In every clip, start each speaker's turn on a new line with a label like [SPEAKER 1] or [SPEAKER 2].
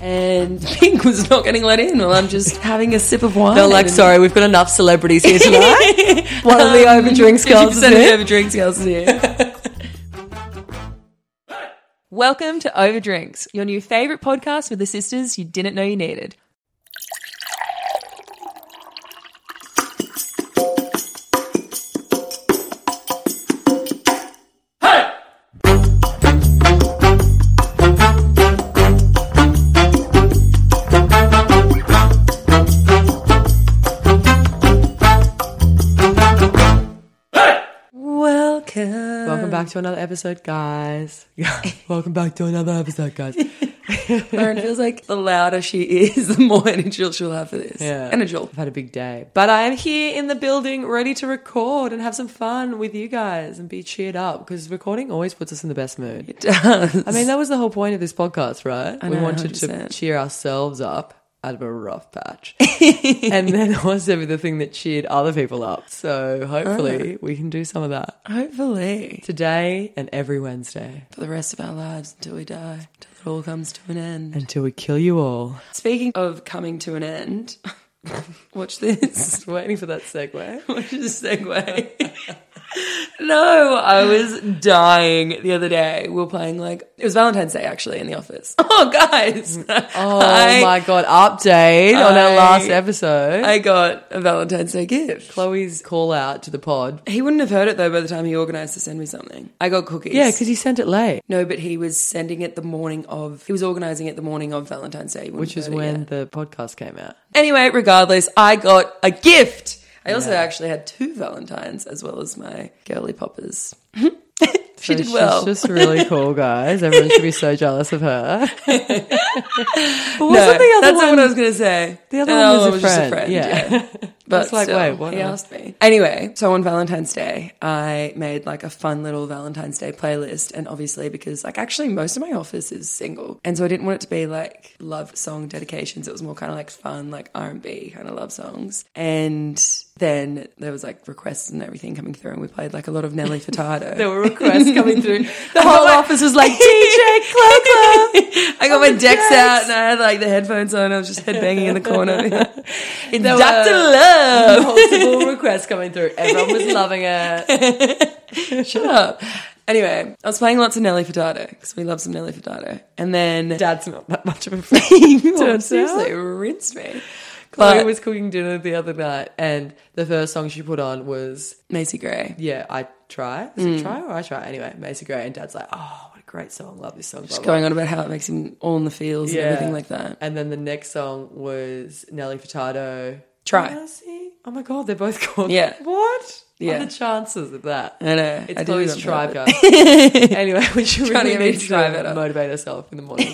[SPEAKER 1] and Pink was not getting let in. Well, I'm just having a sip of wine.
[SPEAKER 2] They're like,
[SPEAKER 1] and-
[SPEAKER 2] sorry, we've got enough celebrities here tonight. One of the
[SPEAKER 1] Um,
[SPEAKER 2] over drinks girls is
[SPEAKER 1] 50% of the
[SPEAKER 2] here.
[SPEAKER 1] over drinks girls is here. Welcome to Overdrinks, your new favorite podcast with the sisters you didn't know you needed. Welcome.
[SPEAKER 2] Welcome back to another episode, guys. Welcome back to another episode, guys.
[SPEAKER 1] Lauren feels like the louder she is, the more energy she'll- she'll have for this.
[SPEAKER 2] Yeah.
[SPEAKER 1] And a jolt.
[SPEAKER 2] I've had a big day, but I am here in the building, ready to record and have some fun with you guys and be cheered up because recording always puts us in the best mood.
[SPEAKER 1] It does.
[SPEAKER 2] I mean, that was the whole point of this podcast, right? we
[SPEAKER 1] know,
[SPEAKER 2] wanted to
[SPEAKER 1] 100%.
[SPEAKER 2] cheer ourselves up out of a rough patch, and then also be the thing that cheered other people up. So hopefully, we can do some of that.
[SPEAKER 1] Hopefully.
[SPEAKER 2] today and every Wednesday
[SPEAKER 1] For the rest of our lives until we die, until it all comes to an end.
[SPEAKER 2] until we kill you all.
[SPEAKER 1] Speaking of coming to an end, watch this.
[SPEAKER 2] Just waiting for that segue.
[SPEAKER 1] Watch this segue. no, I was dying the other day. We were playing like it was Valentine's Day actually in the office. Oh guys. Oh
[SPEAKER 2] Oh my god! Update on our
[SPEAKER 1] I-
[SPEAKER 2] last episode.
[SPEAKER 1] I got a Valentine's Day gift.
[SPEAKER 2] Chloe's call out to the pod.
[SPEAKER 1] He wouldn't have heard it though by the time he organised to send me something. I got cookies.
[SPEAKER 2] Yeah, because he sent it late,
[SPEAKER 1] no, but he was sending it the morning of. He was organising it the morning of Valentine's Day, He wouldn't
[SPEAKER 2] which
[SPEAKER 1] have
[SPEAKER 2] is
[SPEAKER 1] heard it
[SPEAKER 2] when
[SPEAKER 1] yet.
[SPEAKER 2] the podcast came out.
[SPEAKER 1] Anyway, regardless, I got a gift. I also actually had two Valentines as well as my girly poppers. she
[SPEAKER 2] So
[SPEAKER 1] did well.
[SPEAKER 2] She's just really cool, guys. Everyone should be so jealous of her. but wasn't
[SPEAKER 1] No,
[SPEAKER 2] the other
[SPEAKER 1] that's
[SPEAKER 2] one?
[SPEAKER 1] not what I was going to say.
[SPEAKER 2] the other
[SPEAKER 1] No,
[SPEAKER 2] one oh, was a
[SPEAKER 1] it
[SPEAKER 2] friend.
[SPEAKER 1] Just a friend.
[SPEAKER 2] yeah.
[SPEAKER 1] yeah. But
[SPEAKER 2] It's like,
[SPEAKER 1] still,
[SPEAKER 2] wait, what
[SPEAKER 1] He
[SPEAKER 2] on-
[SPEAKER 1] asked me. Anyway, so on Valentine's Day, I made like a fun little Valentine's Day playlist. And obviously, because like actually most of my office is single. And so I didn't want it to be like love song dedications. It was more kind of like fun, like R&B kind of love songs. And then there was like requests and everything coming through. And we played like a lot of Nelly Furtado.
[SPEAKER 2] There were requests coming through. The
[SPEAKER 1] I
[SPEAKER 2] whole
[SPEAKER 1] got my-
[SPEAKER 2] office was like, DJ Chloe.
[SPEAKER 1] I got my
[SPEAKER 2] the
[SPEAKER 1] decks
[SPEAKER 2] decks.
[SPEAKER 1] out and I had like the headphones on. I was just headbanging in the corner. it's
[SPEAKER 2] There
[SPEAKER 1] Dr.
[SPEAKER 2] were-
[SPEAKER 1] Love.
[SPEAKER 2] Multiple requests coming through. Everyone was loving it.
[SPEAKER 1] Shut up. Anyway, I was playing lots of Nelly Furtado because we love some Nelly Furtado. And then
[SPEAKER 2] Dad's not that much of a friend.
[SPEAKER 1] oh,
[SPEAKER 2] turns
[SPEAKER 1] seriously rinsed me.
[SPEAKER 2] Chloe
[SPEAKER 1] But
[SPEAKER 2] was cooking dinner the other night, and the first song she put on was
[SPEAKER 1] Macy Gray.
[SPEAKER 2] "Yeah, I Try." Is
[SPEAKER 1] Mm.
[SPEAKER 2] it "Try" or "I Try"? Anyway, Macy Gray and Dad's like, "Oh, what a great song! Love this song." Blah,
[SPEAKER 1] Just
[SPEAKER 2] blah,
[SPEAKER 1] going on about how it makes him all in the feels
[SPEAKER 2] blah.
[SPEAKER 1] and everything like that.
[SPEAKER 2] And then the next song was Nelly Furtado.
[SPEAKER 1] Try.
[SPEAKER 2] Mercy? Oh my god, they're both called.
[SPEAKER 1] Yeah.
[SPEAKER 2] What? Yeah.
[SPEAKER 1] Yeah.
[SPEAKER 2] What are the chances of that?
[SPEAKER 1] I know.
[SPEAKER 2] It's
[SPEAKER 1] I did
[SPEAKER 2] Chloe's
[SPEAKER 1] it on
[SPEAKER 2] tribe,
[SPEAKER 1] purpose.
[SPEAKER 2] guys. anyway, we should
[SPEAKER 1] Trying to
[SPEAKER 2] really
[SPEAKER 1] get me
[SPEAKER 2] need
[SPEAKER 1] to
[SPEAKER 2] to
[SPEAKER 1] drive it up.
[SPEAKER 2] motivate herself in the morning.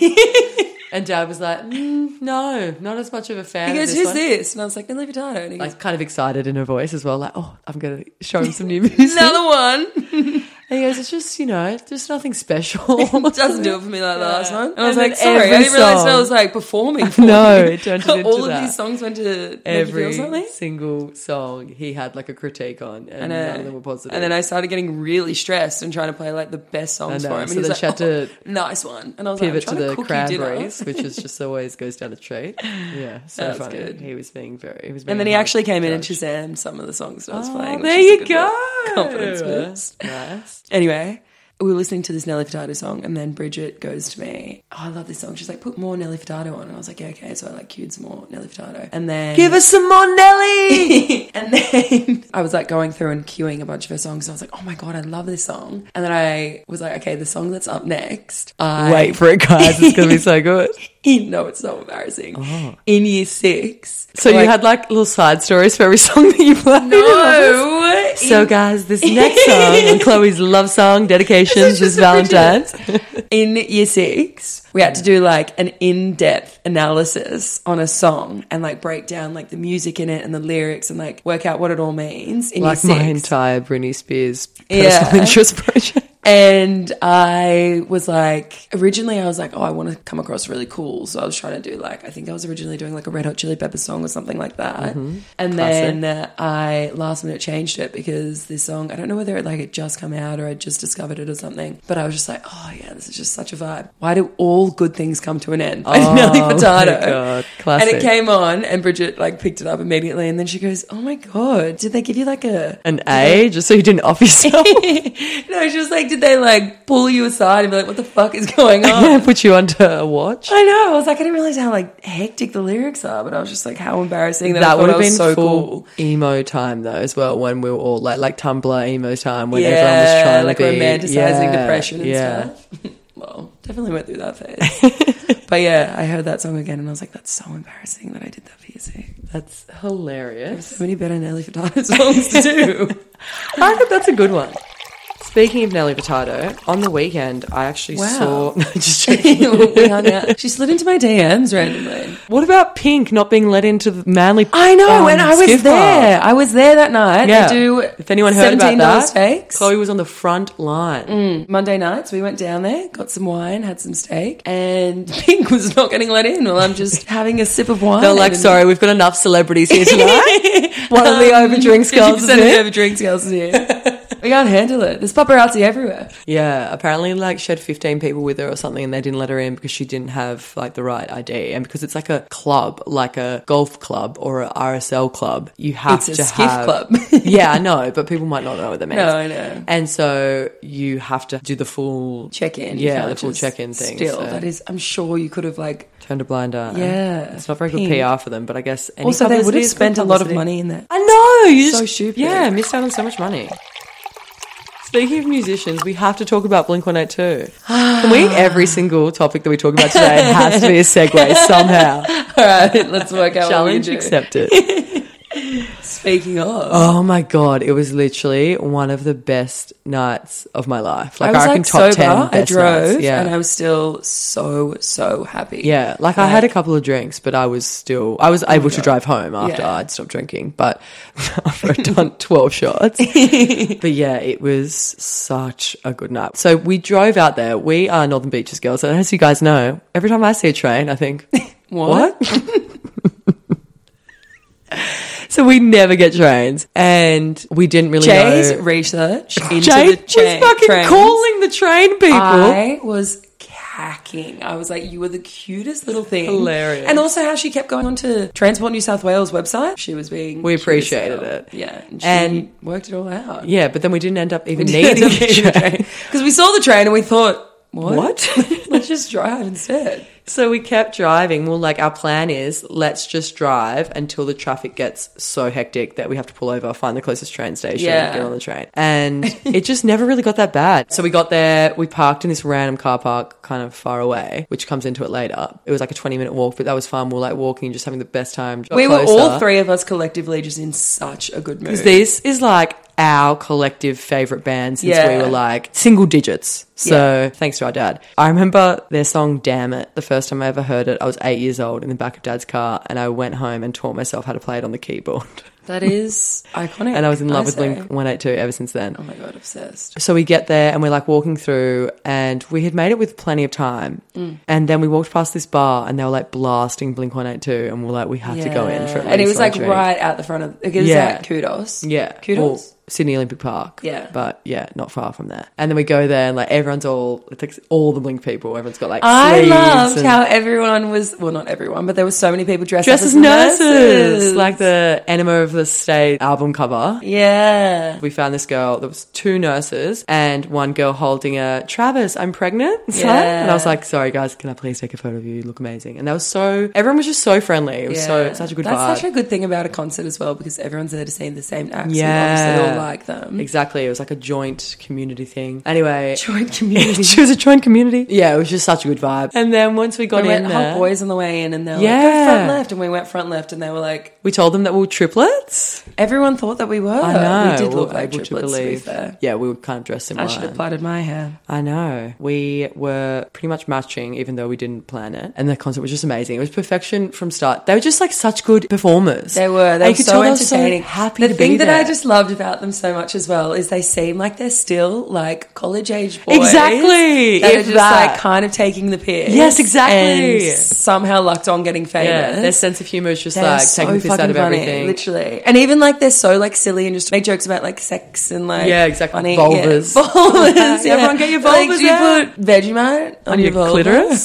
[SPEAKER 2] and Dad was like, mm, "No, not as much of a fan."
[SPEAKER 1] He
[SPEAKER 2] of
[SPEAKER 1] goes,
[SPEAKER 2] this
[SPEAKER 1] "Who's
[SPEAKER 2] one."
[SPEAKER 1] this?" And I was like, "Nelly Furtado." And he goes,
[SPEAKER 2] like kind of excited in her voice as well, like, oh, I'm gonna show him some new music.
[SPEAKER 1] "Another one."
[SPEAKER 2] And he goes, it's just, you know, it's just nothing special.
[SPEAKER 1] Doesn't do it for me like the last one. And I was
[SPEAKER 2] And
[SPEAKER 1] like,
[SPEAKER 2] then
[SPEAKER 1] "Sorry, I
[SPEAKER 2] every
[SPEAKER 1] didn't realize I
[SPEAKER 2] song-
[SPEAKER 1] was like performing." For
[SPEAKER 2] No,
[SPEAKER 1] you.
[SPEAKER 2] it turned it into
[SPEAKER 1] all of
[SPEAKER 2] that.
[SPEAKER 1] these songs went to every
[SPEAKER 2] Every
[SPEAKER 1] feel something.
[SPEAKER 2] single song he had like a critique on, and
[SPEAKER 1] I know.
[SPEAKER 2] none of them were positive.
[SPEAKER 1] And then I started getting really stressed and trying to play like the best songs
[SPEAKER 2] I know.
[SPEAKER 1] for him.
[SPEAKER 2] So
[SPEAKER 1] and he
[SPEAKER 2] then
[SPEAKER 1] was
[SPEAKER 2] she
[SPEAKER 1] like,
[SPEAKER 2] had
[SPEAKER 1] oh,
[SPEAKER 2] to
[SPEAKER 1] nice one. And I was like, I'm
[SPEAKER 2] pivot to
[SPEAKER 1] trying to
[SPEAKER 2] the
[SPEAKER 1] cookie
[SPEAKER 2] cranberries,
[SPEAKER 1] dinner.
[SPEAKER 2] which is just always goes down a treat. Yeah, so
[SPEAKER 1] That's
[SPEAKER 2] funny.
[SPEAKER 1] good.
[SPEAKER 2] He was being very. He was being
[SPEAKER 1] And then he
[SPEAKER 2] hard
[SPEAKER 1] actually came in and
[SPEAKER 2] Uh-huh. judge.
[SPEAKER 1] shazammed some of the songs that I was
[SPEAKER 2] Oh,
[SPEAKER 1] playing. which
[SPEAKER 2] there
[SPEAKER 1] was a
[SPEAKER 2] you
[SPEAKER 1] good
[SPEAKER 2] go.
[SPEAKER 1] little Confidence boost.
[SPEAKER 2] Nice.
[SPEAKER 1] Anyway, we were listening to this Nelly Furtado song, and then Bridget goes to me, "Oh, I love this song." She's like, "Put more Nelly Furtado on," and I was like, "Yeah, okay." So I like cued some more Nelly Furtado, and then
[SPEAKER 2] Give us some more Nelly.
[SPEAKER 1] and then I was like going through and queuing a bunch of her songs. And I was like, oh my God, I love this song. And then I was like, okay, the song that's up next. I,
[SPEAKER 2] Wait for it, guys. It's gonna be so good.
[SPEAKER 1] No, it's so embarrassing. In year six.
[SPEAKER 2] Oh. So you had like little side stories for every song that you played. in office?
[SPEAKER 1] No.
[SPEAKER 2] So, guys, this next song on Chloe's love song dedications
[SPEAKER 1] This is
[SPEAKER 2] is
[SPEAKER 1] just a
[SPEAKER 2] Valentine's.
[SPEAKER 1] in year six, we had to do like an in depth analysis on a song and like break down like the music in it and the lyrics and like work out what it all means in
[SPEAKER 2] Like
[SPEAKER 1] year
[SPEAKER 2] my
[SPEAKER 1] six.
[SPEAKER 2] entire Britney Spears personal
[SPEAKER 1] Yeah.
[SPEAKER 2] interest project.
[SPEAKER 1] And I was like, originally I was like, oh, I want to come across really cool. So I was trying to do like, I think I was originally doing like a Red Hot Chili Pepper song or something like that.
[SPEAKER 2] Mm-hmm.
[SPEAKER 1] And then uh, I last minute changed it because this song, I don't know whether it like it just come out or I just discovered it or something, but I was just like, oh yeah, this is just such a vibe. Why do all good things come to an end? I did
[SPEAKER 2] Oh, my
[SPEAKER 1] Nelly Furtado.
[SPEAKER 2] God.
[SPEAKER 1] And
[SPEAKER 2] Classic.
[SPEAKER 1] it came on and Bridget like picked it up immediately and then she goes, oh my God, did they give you like a,
[SPEAKER 2] An A, just so you didn't off yourself.
[SPEAKER 1] no, she was like, did they like pull you aside and be like, what the fuck is going
[SPEAKER 2] I'm going
[SPEAKER 1] on?
[SPEAKER 2] to put you onto a watch.
[SPEAKER 1] I know. I was like, I didn't realize how like hectic the lyrics are, but I was just like, how embarrassing that,
[SPEAKER 2] That would have been
[SPEAKER 1] so
[SPEAKER 2] full
[SPEAKER 1] cool.
[SPEAKER 2] emo time though, as well, when we were all like like Tumblr emo time, when everyone was
[SPEAKER 1] Yeah,
[SPEAKER 2] trying
[SPEAKER 1] like
[SPEAKER 2] to be
[SPEAKER 1] romanticizing
[SPEAKER 2] yeah,
[SPEAKER 1] depression and
[SPEAKER 2] yeah.
[SPEAKER 1] stuff. well, definitely went through that phase. but yeah, I heard that song again and I was like, that's so embarrassing that I did that for you. Zeke.
[SPEAKER 2] That's hilarious.
[SPEAKER 1] So many better Nelly Furtado songs to do.
[SPEAKER 2] I think that's a good one. Speaking of Nelly Furtado, on the weekend I actually
[SPEAKER 1] Wow.
[SPEAKER 2] saw. No, just joking.
[SPEAKER 1] we hung out. She slid into my DMs randomly.
[SPEAKER 2] What about Pink not being let into the Manly?
[SPEAKER 1] I know,
[SPEAKER 2] um,
[SPEAKER 1] and I was
[SPEAKER 2] skiff bar?
[SPEAKER 1] there. I was there that night.
[SPEAKER 2] Yeah.
[SPEAKER 1] They do
[SPEAKER 2] if anyone heard about
[SPEAKER 1] $17
[SPEAKER 2] that,
[SPEAKER 1] steaks.
[SPEAKER 2] Chloe was on the front line.
[SPEAKER 1] Mm. Monday nights, we went down there, got some wine, had some steak, and Pink was not getting let in. Well, I'm just having a sip of wine.
[SPEAKER 2] They're like,
[SPEAKER 1] and-
[SPEAKER 2] sorry, we've got enough celebrities here tonight. One of the
[SPEAKER 1] Um,
[SPEAKER 2] overdrinks girls is
[SPEAKER 1] 50% of the
[SPEAKER 2] here.
[SPEAKER 1] over drinks girls is here. we can't handle it. There's paparazzi everywhere.
[SPEAKER 2] Yeah, apparently, like she had fifteen people with her or something, and they didn't let her in because she didn't have like the right ID, and because it's like a club, like a golf club or a RSL club, you have
[SPEAKER 1] It's a
[SPEAKER 2] to
[SPEAKER 1] skiff
[SPEAKER 2] have.
[SPEAKER 1] club.
[SPEAKER 2] yeah, I know, but people might not know what that means.
[SPEAKER 1] No, I know.
[SPEAKER 2] And so you have to do the full
[SPEAKER 1] Check in. You
[SPEAKER 2] Yeah,
[SPEAKER 1] can't
[SPEAKER 2] the full
[SPEAKER 1] just-
[SPEAKER 2] check in thing.
[SPEAKER 1] Still,
[SPEAKER 2] so
[SPEAKER 1] that is, I'm sure you could have like.
[SPEAKER 2] turned a blind eye.
[SPEAKER 1] Yeah,
[SPEAKER 2] it's not very good
[SPEAKER 1] Pink.
[SPEAKER 2] PR for them, but I guess any
[SPEAKER 1] Also, they would
[SPEAKER 2] publicity
[SPEAKER 1] have
[SPEAKER 2] is good
[SPEAKER 1] spent a lot of
[SPEAKER 2] publicity.
[SPEAKER 1] money in that.
[SPEAKER 2] I know. You
[SPEAKER 1] So
[SPEAKER 2] just,
[SPEAKER 1] stupid.
[SPEAKER 2] Yeah, missed out on so much money. Speaking of musicians, we have to talk about Blink 182. Can we? Every single topic that we talk about today has to be a segue somehow.
[SPEAKER 1] All right, let's work out.
[SPEAKER 2] Challenge
[SPEAKER 1] Challenge accepted.
[SPEAKER 2] accepted.
[SPEAKER 1] Speaking of,
[SPEAKER 2] Oh my god, it was literally one of the best nights of my life. Like I,
[SPEAKER 1] I was
[SPEAKER 2] reckon
[SPEAKER 1] like
[SPEAKER 2] top
[SPEAKER 1] sober.
[SPEAKER 2] ten.
[SPEAKER 1] I
[SPEAKER 2] Best
[SPEAKER 1] drove,
[SPEAKER 2] nights. Yeah.
[SPEAKER 1] and I was still so so happy.
[SPEAKER 2] Yeah, like I had a couple of drinks, but I was still I was able to drive home after
[SPEAKER 1] Yeah.
[SPEAKER 2] I'd stopped drinking. But I've done twelve shots. but yeah, it was such a good night. So we drove out there. We are Northern Beaches girls, and as you guys know, every time I see a train, I think
[SPEAKER 1] What?
[SPEAKER 2] so we never get trains, and we didn't really
[SPEAKER 1] Jay's
[SPEAKER 2] know.
[SPEAKER 1] research into
[SPEAKER 2] Jay
[SPEAKER 1] the chain,
[SPEAKER 2] was fucking
[SPEAKER 1] trains.
[SPEAKER 2] calling the train people.
[SPEAKER 1] I was cacking. I was like, "You were the cutest little thing."
[SPEAKER 2] Hilarious.
[SPEAKER 1] And also, how she kept going on to Transport New South Wales website. She was being.
[SPEAKER 2] We
[SPEAKER 1] cute as
[SPEAKER 2] appreciated
[SPEAKER 1] hell.
[SPEAKER 2] it.
[SPEAKER 1] Yeah, and, she
[SPEAKER 2] And-
[SPEAKER 1] worked it all out.
[SPEAKER 2] yeah, but then we didn't end up even needing a train.
[SPEAKER 1] because we saw the train and we thought, "What?
[SPEAKER 2] What?
[SPEAKER 1] Let's just drive instead."
[SPEAKER 2] So we kept driving. Well, like our plan is, let's just drive until the traffic gets so hectic that we have to pull over, find the closest train station,
[SPEAKER 1] Yeah.
[SPEAKER 2] get on the train. And it just never really got that bad. So we got there, we parked in this random car park kind of far away, which comes into it later. It was like a 20 minute walk, but that was fun. We were like walking, just having the best time. Got
[SPEAKER 1] We were all
[SPEAKER 2] closer.
[SPEAKER 1] three of us collectively just in such a good mood.
[SPEAKER 2] This is like our collective favorite band since
[SPEAKER 1] Yeah.
[SPEAKER 2] we were like single digits. So thanks to our dad. I remember their song Damn It, the first time I ever heard it, I was eight years old in the back of dad's car and I went home and taught myself how to play it on the keyboard.
[SPEAKER 1] That is iconic.
[SPEAKER 2] and I was in love with
[SPEAKER 1] say.
[SPEAKER 2] Blink 182 ever since then.
[SPEAKER 1] Oh my god, obsessed.
[SPEAKER 2] So we get there and we're like walking through and we had made it with plenty of time.
[SPEAKER 1] Mm.
[SPEAKER 2] And then we walked past this bar and they were like blasting Blink 182 and we're like, we have to go in for at least
[SPEAKER 1] and it was
[SPEAKER 2] one
[SPEAKER 1] like
[SPEAKER 2] drink.
[SPEAKER 1] right out the front of like, it was
[SPEAKER 2] Yeah.
[SPEAKER 1] at kudos.
[SPEAKER 2] Yeah.
[SPEAKER 1] kudos.
[SPEAKER 2] Or Sydney Olympic Park.
[SPEAKER 1] Yeah.
[SPEAKER 2] But yeah, not far from there. And then we go there and like everyone's all, it's like all the Blink people. Everyone's got like
[SPEAKER 1] I
[SPEAKER 2] sleeves
[SPEAKER 1] loved
[SPEAKER 2] and
[SPEAKER 1] how everyone was well, not everyone, but there were so many people dressed
[SPEAKER 2] dressed
[SPEAKER 1] up
[SPEAKER 2] as nurses. Like the Enema of the State album cover.
[SPEAKER 1] yeah,
[SPEAKER 2] We found this girl, there was two nurses and one girl holding a Travis, I'm pregnant. sign.
[SPEAKER 1] Yeah.
[SPEAKER 2] And I was like, sorry guys, can I please take a photo of you? You look amazing. And that was so, everyone was just so friendly. It was so,
[SPEAKER 1] Yeah.
[SPEAKER 2] such a good
[SPEAKER 1] That's
[SPEAKER 2] vibe.
[SPEAKER 1] such a good thing about a concert as well because everyone's there to see the same acts. and
[SPEAKER 2] Yeah.
[SPEAKER 1] obviously they all like them.
[SPEAKER 2] Exactly. It was like a joint community thing. Anyway,
[SPEAKER 1] Joint community.
[SPEAKER 2] she was a joined community. Yeah, it was just such a good vibe. And then once we got
[SPEAKER 1] we
[SPEAKER 2] in
[SPEAKER 1] went "Oh,
[SPEAKER 2] there,
[SPEAKER 1] hot boys on the way in, and they're like,
[SPEAKER 2] Yeah.
[SPEAKER 1] go front left, and we went front left, and they were like,
[SPEAKER 2] we told them that we were triplets.
[SPEAKER 1] everyone thought that we were.
[SPEAKER 2] I know.
[SPEAKER 1] we did
[SPEAKER 2] we
[SPEAKER 1] look
[SPEAKER 2] were
[SPEAKER 1] like
[SPEAKER 2] able
[SPEAKER 1] triplets. To be fair.
[SPEAKER 2] Yeah, we were kind of dressed in
[SPEAKER 1] I
[SPEAKER 2] line.
[SPEAKER 1] should have plaited my hair.
[SPEAKER 2] I know. We were pretty much matching, even though we didn't plan it. And the concert was just amazing. It was perfection from start. They were just like such good performers.
[SPEAKER 1] They were. They
[SPEAKER 2] And
[SPEAKER 1] were
[SPEAKER 2] you could
[SPEAKER 1] so
[SPEAKER 2] tell they were
[SPEAKER 1] entertaining.
[SPEAKER 2] happy
[SPEAKER 1] the
[SPEAKER 2] to
[SPEAKER 1] thing
[SPEAKER 2] be
[SPEAKER 1] that
[SPEAKER 2] there.
[SPEAKER 1] I just loved about them so much as well is they seem like they're still like college age boys.
[SPEAKER 2] Exactly.
[SPEAKER 1] That are
[SPEAKER 2] If
[SPEAKER 1] just
[SPEAKER 2] that.
[SPEAKER 1] like kind of taking the piss.
[SPEAKER 2] Yes, exactly.
[SPEAKER 1] And somehow lucked on getting famous.
[SPEAKER 2] yeah, their sense of humor is just
[SPEAKER 1] They are
[SPEAKER 2] like taking the piss out
[SPEAKER 1] fucking
[SPEAKER 2] of
[SPEAKER 1] funny,
[SPEAKER 2] everything.
[SPEAKER 1] literally. And even like they're so like silly and just make jokes about like sex and like
[SPEAKER 2] Yeah, exactly.
[SPEAKER 1] funny-
[SPEAKER 2] Vulvas.
[SPEAKER 1] yeah. vulvas.
[SPEAKER 2] Yeah.
[SPEAKER 1] Everyone get your
[SPEAKER 2] Like,
[SPEAKER 1] vulvas.
[SPEAKER 2] do
[SPEAKER 1] do
[SPEAKER 2] you
[SPEAKER 1] you put Vegemite on,
[SPEAKER 2] on your
[SPEAKER 1] vulvas?
[SPEAKER 2] clitoris,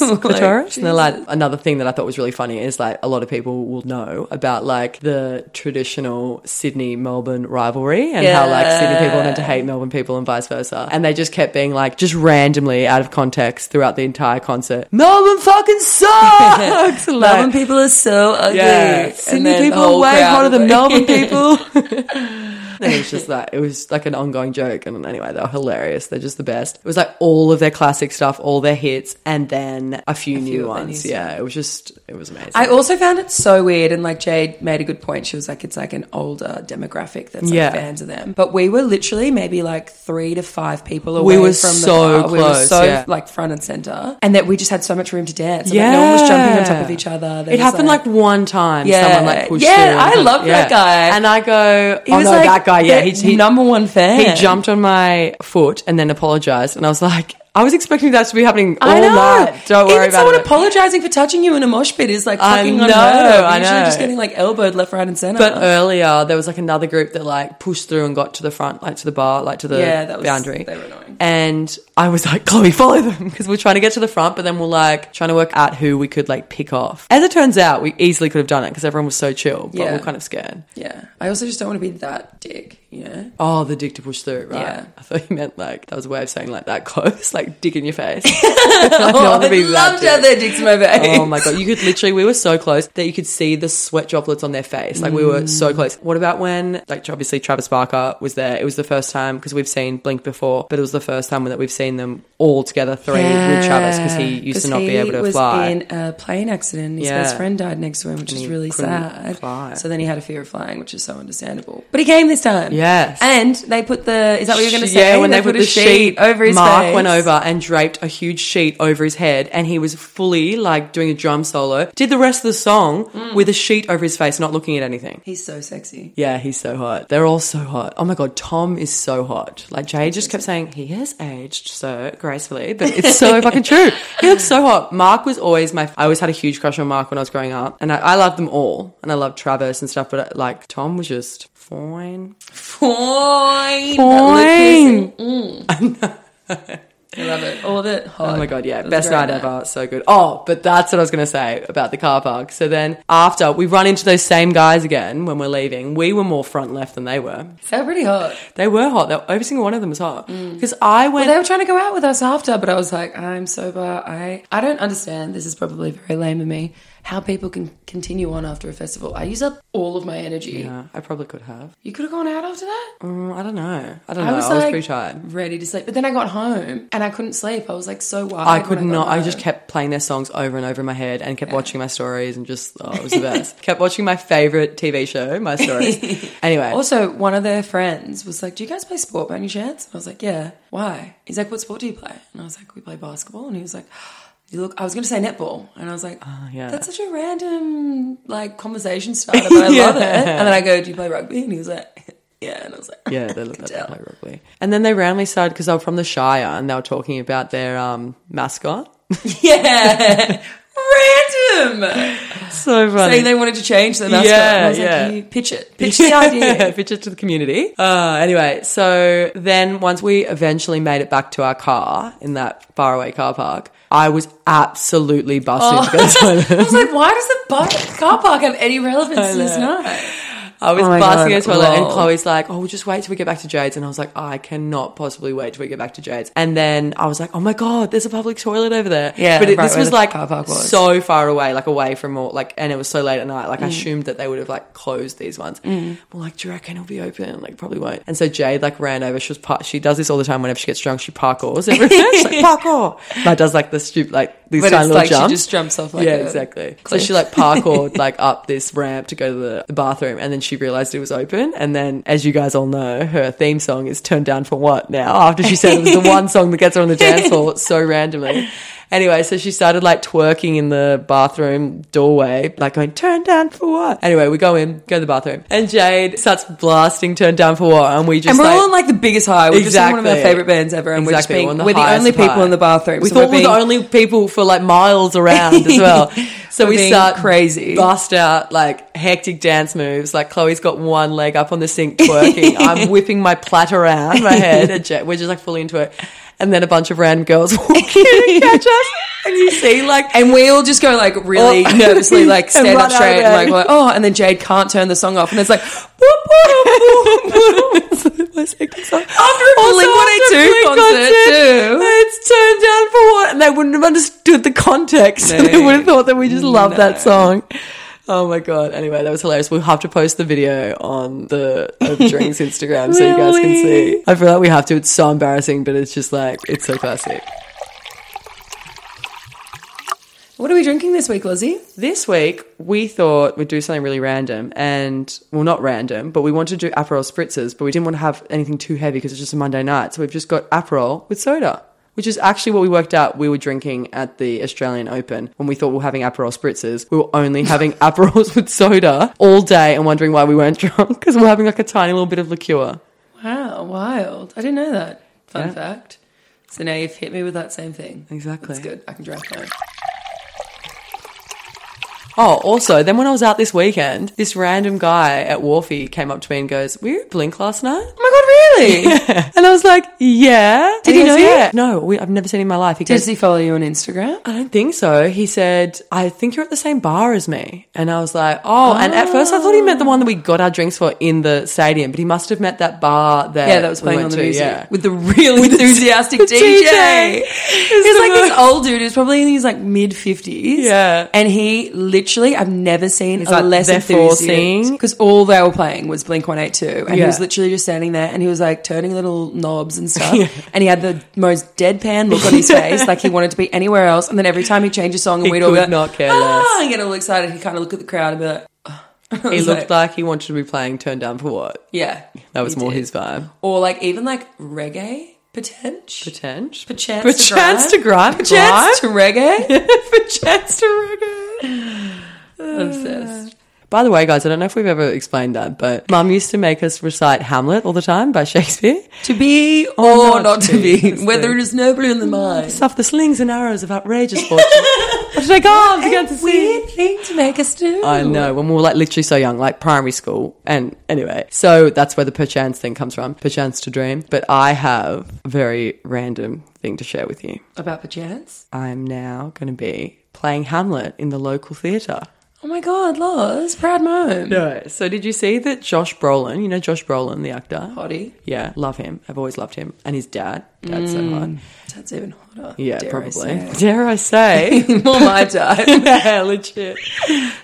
[SPEAKER 1] Like,
[SPEAKER 2] clitoris, and they're like another thing that I thought was really funny is like a lot of people will know about like the traditional Sydney Melbourne rivalry and how like Sydney people
[SPEAKER 1] Yeah.
[SPEAKER 2] tend to hate Melbourne people and vice versa, and they just kept being like just randomly out of context throughout the entire concert. Melbourne fucking sucks. Like,
[SPEAKER 1] Melbourne people are so ugly.
[SPEAKER 2] yeah,
[SPEAKER 1] And
[SPEAKER 2] Sydney
[SPEAKER 1] then the
[SPEAKER 2] people
[SPEAKER 1] whole
[SPEAKER 2] are way
[SPEAKER 1] crowd
[SPEAKER 2] hotter
[SPEAKER 1] is
[SPEAKER 2] than
[SPEAKER 1] like-
[SPEAKER 2] Melbourne people. And it was just that. It was like an ongoing joke. And anyway, they were hilarious. They're just the best. It was like all of their classic stuff, all their hits, and then a few,
[SPEAKER 1] few
[SPEAKER 2] new
[SPEAKER 1] of their new
[SPEAKER 2] ones.
[SPEAKER 1] stuff.
[SPEAKER 2] yeah, it was just, it was amazing.
[SPEAKER 1] I also found it so weird, and like Jade made a good point. She was like, "It's like an older demographic that's like
[SPEAKER 2] Yeah.
[SPEAKER 1] fans of them." But we were literally maybe like three to five people away.
[SPEAKER 2] We were
[SPEAKER 1] from
[SPEAKER 2] so
[SPEAKER 1] the car. We were
[SPEAKER 2] close,
[SPEAKER 1] so
[SPEAKER 2] yeah.
[SPEAKER 1] like front and center, and that we just had so much room to dance. Yeah, no one was jumping on top of each other. There
[SPEAKER 2] it
[SPEAKER 1] was,
[SPEAKER 2] happened like, one time.
[SPEAKER 1] Yeah.
[SPEAKER 2] Someone like pushed
[SPEAKER 1] Yeah,
[SPEAKER 2] her.
[SPEAKER 1] I love that guy.
[SPEAKER 2] And I go,
[SPEAKER 1] he
[SPEAKER 2] oh
[SPEAKER 1] was
[SPEAKER 2] no,
[SPEAKER 1] like
[SPEAKER 2] that guy. Yeah,
[SPEAKER 1] the
[SPEAKER 2] he, he,
[SPEAKER 1] number one fan.
[SPEAKER 2] he jumped on my foot and then apologized. And I was like, I was expecting that to be happening all
[SPEAKER 1] I know.
[SPEAKER 2] night. Don't worry
[SPEAKER 1] Even
[SPEAKER 2] about
[SPEAKER 1] someone
[SPEAKER 2] it.
[SPEAKER 1] apologizing for touching you in a mosh pit is like
[SPEAKER 2] I
[SPEAKER 1] fucking
[SPEAKER 2] know,
[SPEAKER 1] unheard of.
[SPEAKER 2] I
[SPEAKER 1] Usually
[SPEAKER 2] know.
[SPEAKER 1] just getting like elbowed left, right, and center.
[SPEAKER 2] But uh, earlier, there was like another group that like pushed through and got to the front, like to the bar, like to the
[SPEAKER 1] Yeah, that was-
[SPEAKER 2] boundary.
[SPEAKER 1] they were annoying.
[SPEAKER 2] And I was like, Chloe, follow them because we're trying to get to the front, but then we're like trying to work out who we could like pick off. As it turns out, we easily could have done it because everyone was so chill, but
[SPEAKER 1] Yeah.
[SPEAKER 2] we're kind of scared.
[SPEAKER 1] yeah, I also just don't want to be that dick. You know.
[SPEAKER 2] Oh, the dick to push through, right?
[SPEAKER 1] Yeah.
[SPEAKER 2] I thought you meant like that was a way of saying like that close, like dick in your face. I don't want to be that
[SPEAKER 1] Oh, loved how
[SPEAKER 2] dick.
[SPEAKER 1] their dicks in my face.
[SPEAKER 2] Oh my god, you could literally we were so close that you could see the sweat droplets on their face. Like we were
[SPEAKER 1] Mm.
[SPEAKER 2] so close. What about when like obviously Travis Barker was there. It was the first time because we've seen Blink before, but it was the first time that we've seen them all together three with Travis because he used to not be able to
[SPEAKER 1] was
[SPEAKER 2] fly.
[SPEAKER 1] in a plane accident. and His
[SPEAKER 2] Yeah.
[SPEAKER 1] best friend died next to him, which is
[SPEAKER 2] he
[SPEAKER 1] really
[SPEAKER 2] couldn't
[SPEAKER 1] sad.
[SPEAKER 2] fly.
[SPEAKER 1] So then he had a fear of flying, which is so understandable. But he came this time.
[SPEAKER 2] Yes.
[SPEAKER 1] And they put the is that what you were going to say?
[SPEAKER 2] Yeah, when they, put, the sheet,
[SPEAKER 1] over his
[SPEAKER 2] Mark
[SPEAKER 1] face.
[SPEAKER 2] went over and draped a huge sheet over his head, and he was fully like doing a drum solo. Did the rest of the song
[SPEAKER 1] Mm.
[SPEAKER 2] with a sheet over his face, not looking at anything.
[SPEAKER 1] He's so sexy.
[SPEAKER 2] Yeah, he's so hot. They're all so hot. Oh my god, Tom is so hot. Like Jay just kept saying he has aged so gracefully, but it's so fucking true. He looks so hot. Mark was always my. I always had a huge crush on Mark when I was growing up, and I, I loved them all, and I loved Travis and stuff. But uh, like Tom was just fine.
[SPEAKER 1] Fine.
[SPEAKER 2] Fine.
[SPEAKER 1] I love it. All of it. Hot.
[SPEAKER 2] Oh my god, yeah,
[SPEAKER 1] It was a
[SPEAKER 2] best
[SPEAKER 1] great
[SPEAKER 2] night ever. So good. Oh, but that's what I was gonna say about the car park. So then after we run into those same guys again when we're leaving, we were more front left than they were.
[SPEAKER 1] They're pretty hot.
[SPEAKER 2] They were hot. They were, every single one of them was hot.
[SPEAKER 1] Mm.
[SPEAKER 2] Because I went.
[SPEAKER 1] They were trying to go out with us after, but I was like, I'm sober. I I don't understand. This is probably very lame of me. How people can continue on after a festival. I use up all of my energy.
[SPEAKER 2] Yeah, I probably could have.
[SPEAKER 1] You could have gone out after that.
[SPEAKER 2] Mm, I don't know. I don't know. I was, pretty tired.
[SPEAKER 1] ready to sleep. But then I got home and I couldn't sleep. I was like so wired.
[SPEAKER 2] I could
[SPEAKER 1] when got
[SPEAKER 2] not. I just
[SPEAKER 1] home.
[SPEAKER 2] kept playing their songs over and over in my head and kept watching my stories and just, oh, it was the best. kept watching my favorite TV show, my stories. anyway,
[SPEAKER 1] Also, one of their friends was like, "Do you guys play sport by any chance?" I was like, "Yeah." Why? He's like, "What sport do you play?" And I was like, "We play basketball." And he was like. You look, I was going to say netball, and I was like,
[SPEAKER 2] Ah, yeah.
[SPEAKER 1] "That's such a random like conversation starter," but I love it.
[SPEAKER 2] Yeah.
[SPEAKER 1] And then I go, "Do you play rugby?" And he was like, "Yeah," and I was like,
[SPEAKER 2] yeah, they
[SPEAKER 1] I
[SPEAKER 2] looked
[SPEAKER 1] can
[SPEAKER 2] at
[SPEAKER 1] tell.
[SPEAKER 2] that quite roughly. And then they randomly started because they were from the Shire and they were talking about their um, mascot.
[SPEAKER 1] yeah, random."
[SPEAKER 2] so funny.
[SPEAKER 1] Saying they wanted to change their mascot, and I was
[SPEAKER 2] Yeah, yeah.
[SPEAKER 1] like, "You pitch it, pitch the idea."
[SPEAKER 2] pitch it to the community. Uh, anyway, so then once we eventually made it back to our car in that faraway car park, I was absolutely busting to go to the toilet.
[SPEAKER 1] I was like, why does the bar- car park have any relevance to this night?
[SPEAKER 2] I was
[SPEAKER 1] Oh my
[SPEAKER 2] passing
[SPEAKER 1] God,
[SPEAKER 2] a toilet and
[SPEAKER 1] lol.
[SPEAKER 2] Chloe's like, oh, we'll just wait till we get back to Jade's. And I was like, I cannot possibly wait till we get back to Jade's. And then I was like, oh my God, there's a public toilet over there.
[SPEAKER 1] Yeah,
[SPEAKER 2] But it,
[SPEAKER 1] right
[SPEAKER 2] this
[SPEAKER 1] where
[SPEAKER 2] was
[SPEAKER 1] the
[SPEAKER 2] like
[SPEAKER 1] car park was.
[SPEAKER 2] so far away, like away from all, like, and it was so late at night. Like
[SPEAKER 1] Mm.
[SPEAKER 2] I assumed that they would have like closed these ones. We're like, do you reckon it'll be open? Like probably won't. And so Jade like ran over. She was, par- she does this all the time whenever she gets drunk. She parkours everywhere. She's like, parkour. That does like the stupid, like these
[SPEAKER 1] But
[SPEAKER 2] tiny
[SPEAKER 1] it's
[SPEAKER 2] little
[SPEAKER 1] like
[SPEAKER 2] jumps
[SPEAKER 1] she just jumps off like
[SPEAKER 2] yeah,
[SPEAKER 1] a-
[SPEAKER 2] exactly. So she like parkoured like up this ramp to go to the, the bathroom, and then she realized it was open. And then, as you guys all know, her theme song is "Turned Down for What" now. After she said it was the one song that gets her on the dance floor so randomly. Anyway, so she started like twerking in the bathroom doorway, like going "Turn Down for What." Anyway, we go in, go to the bathroom, and Jade starts blasting "Turn Down for What," and we just
[SPEAKER 1] And we're
[SPEAKER 2] like,
[SPEAKER 1] all on like the biggest high. We're just in one of our
[SPEAKER 2] Exactly.
[SPEAKER 1] favorite bands ever, and
[SPEAKER 2] Exactly,
[SPEAKER 1] we're just being
[SPEAKER 2] on the
[SPEAKER 1] we're the
[SPEAKER 2] highest
[SPEAKER 1] only people
[SPEAKER 2] part.
[SPEAKER 1] in the bathroom.
[SPEAKER 2] We
[SPEAKER 1] so
[SPEAKER 2] thought
[SPEAKER 1] we're
[SPEAKER 2] we were
[SPEAKER 1] being-
[SPEAKER 2] the only people for like miles around as well. So
[SPEAKER 1] We're
[SPEAKER 2] we
[SPEAKER 1] being
[SPEAKER 2] start
[SPEAKER 1] crazy.
[SPEAKER 2] bust out like hectic dance moves. Like Chloe's got one leg up on the sink twerking. I'm whipping my plait around my head. And Jet, we're just like fully into it. And then a bunch of random girls walk in and catch us, and you see like
[SPEAKER 1] And we all just go like really
[SPEAKER 2] Oh.
[SPEAKER 1] nervously, like
[SPEAKER 2] And
[SPEAKER 1] stand
[SPEAKER 2] run
[SPEAKER 1] up
[SPEAKER 2] out of
[SPEAKER 1] straight, and like,
[SPEAKER 2] bed.
[SPEAKER 1] we're like, oh, and then Jade can't turn the song off, and it's like
[SPEAKER 2] it's the most hectic song.
[SPEAKER 1] After a
[SPEAKER 2] Also,
[SPEAKER 1] Blink-182
[SPEAKER 2] after a Blink
[SPEAKER 1] concert, too.
[SPEAKER 2] It's turned down for what? And they wouldn't have understood the context.
[SPEAKER 1] No.
[SPEAKER 2] they would have thought that we just loved
[SPEAKER 1] No.
[SPEAKER 2] that song. Oh my god. Anyway, that was hilarious. We'll have to post the video on the of Drinks Instagram so you guys can
[SPEAKER 1] Really?
[SPEAKER 2] see. I feel like we have to. It's so embarrassing, but it's just like it's so classic.
[SPEAKER 1] what are we drinking this week, Lizzie?
[SPEAKER 2] This week, we thought we'd do something really random and, well, not random, but we wanted to do Aperol spritzers, but we didn't want to have anything too heavy because it's just a Monday night. So we've just got Aperol with soda, which is actually what we worked out we were drinking at the Australian Open when we thought we were having Aperol spritzers. We were only having Aperols with soda all day and wondering why we weren't drunk because we're having like a tiny little bit of liqueur.
[SPEAKER 1] Wow, wild! I didn't know that. Fun fact. So now you've hit me with that same thing.
[SPEAKER 2] Exactly.
[SPEAKER 1] That's good. I can drink now.
[SPEAKER 2] Oh, also, then when I was out this weekend, this random guy at Wharfie came up to me and goes, Were you at Blink last night?
[SPEAKER 1] Oh my god, really?
[SPEAKER 2] And I was like, yeah.
[SPEAKER 1] Did
[SPEAKER 2] And
[SPEAKER 1] he know
[SPEAKER 2] goes,
[SPEAKER 1] you?
[SPEAKER 2] yeah. No, we, I've never seen him in my life. He
[SPEAKER 1] Does
[SPEAKER 2] goes,
[SPEAKER 1] he follow you on Instagram?
[SPEAKER 2] I don't think so. He said, I think you're at the same bar as me. And I was like, oh. And at first I thought he meant the one that we got our drinks for in the stadium, but he must have meant that bar that
[SPEAKER 1] Yeah, that was
[SPEAKER 2] we
[SPEAKER 1] playing
[SPEAKER 2] went
[SPEAKER 1] on the
[SPEAKER 2] to,
[SPEAKER 1] music
[SPEAKER 2] yeah.
[SPEAKER 1] with the really
[SPEAKER 2] the-
[SPEAKER 1] enthusiastic
[SPEAKER 2] the
[SPEAKER 1] DJ.
[SPEAKER 2] DJ.
[SPEAKER 1] He was
[SPEAKER 2] the
[SPEAKER 1] like this
[SPEAKER 2] most-
[SPEAKER 1] old dude who's probably in his like mid fifties.
[SPEAKER 2] Yeah.
[SPEAKER 1] and he literally I've never seen a
[SPEAKER 2] like,
[SPEAKER 1] less
[SPEAKER 2] therefore
[SPEAKER 1] enthusiastic
[SPEAKER 2] sing.
[SPEAKER 1] because all they were playing was Blink One Eight Two, and he
[SPEAKER 2] Yeah.
[SPEAKER 1] was literally just standing there and he was like turning little knobs and stuff, and he had the most deadpan look on his face, like he wanted to be anywhere else. And then every time he changed a song, and
[SPEAKER 2] He
[SPEAKER 1] we'd all be like,
[SPEAKER 2] could not care
[SPEAKER 1] ah, and get all excited. He kind of look at the crowd and be like, "Ugh." I
[SPEAKER 2] He
[SPEAKER 1] was
[SPEAKER 2] looked like he wanted to be playing Turn Down for What.
[SPEAKER 1] yeah,
[SPEAKER 2] That was
[SPEAKER 1] he
[SPEAKER 2] more
[SPEAKER 1] did.
[SPEAKER 2] his vibe.
[SPEAKER 1] or like even like reggae potential.
[SPEAKER 2] Pretend.
[SPEAKER 1] Perchance,
[SPEAKER 2] Perchance
[SPEAKER 1] to
[SPEAKER 2] to
[SPEAKER 1] grind.
[SPEAKER 2] grind.
[SPEAKER 1] Perchance to reggae.
[SPEAKER 2] Perchance to reggae.
[SPEAKER 1] Obsessed.
[SPEAKER 2] By the way, guys, I don't know if we've ever explained that, but Mum used to make us recite Hamlet all the time by Shakespeare.
[SPEAKER 1] To be or, not, to be, whether it is nobler in the mind.
[SPEAKER 2] Stuff the slings and arrows of outrageous fortune. what did I go on against the sea?
[SPEAKER 1] Weird thing to make us do.
[SPEAKER 2] I know, when we were like literally so young, like primary school. And anyway, so that's where the perchance thing comes from, perchance to dream. But I have a very random thing to share with you.
[SPEAKER 1] About perchance.
[SPEAKER 2] I'm now going to be playing Hamlet in the local theatre.
[SPEAKER 1] Oh my god, Loz, proud mom.
[SPEAKER 2] No. So did you see that Josh Brolin, you know Josh Brolin, the actor?
[SPEAKER 1] Hottie.
[SPEAKER 2] Yeah, love him. I've always loved him. And his dad. Dad's so hot.
[SPEAKER 1] That's even hotter.
[SPEAKER 2] Yeah,
[SPEAKER 1] Mm. dare I
[SPEAKER 2] probably.
[SPEAKER 1] say.
[SPEAKER 2] dare I say?
[SPEAKER 1] More my type.
[SPEAKER 2] yeah, legit.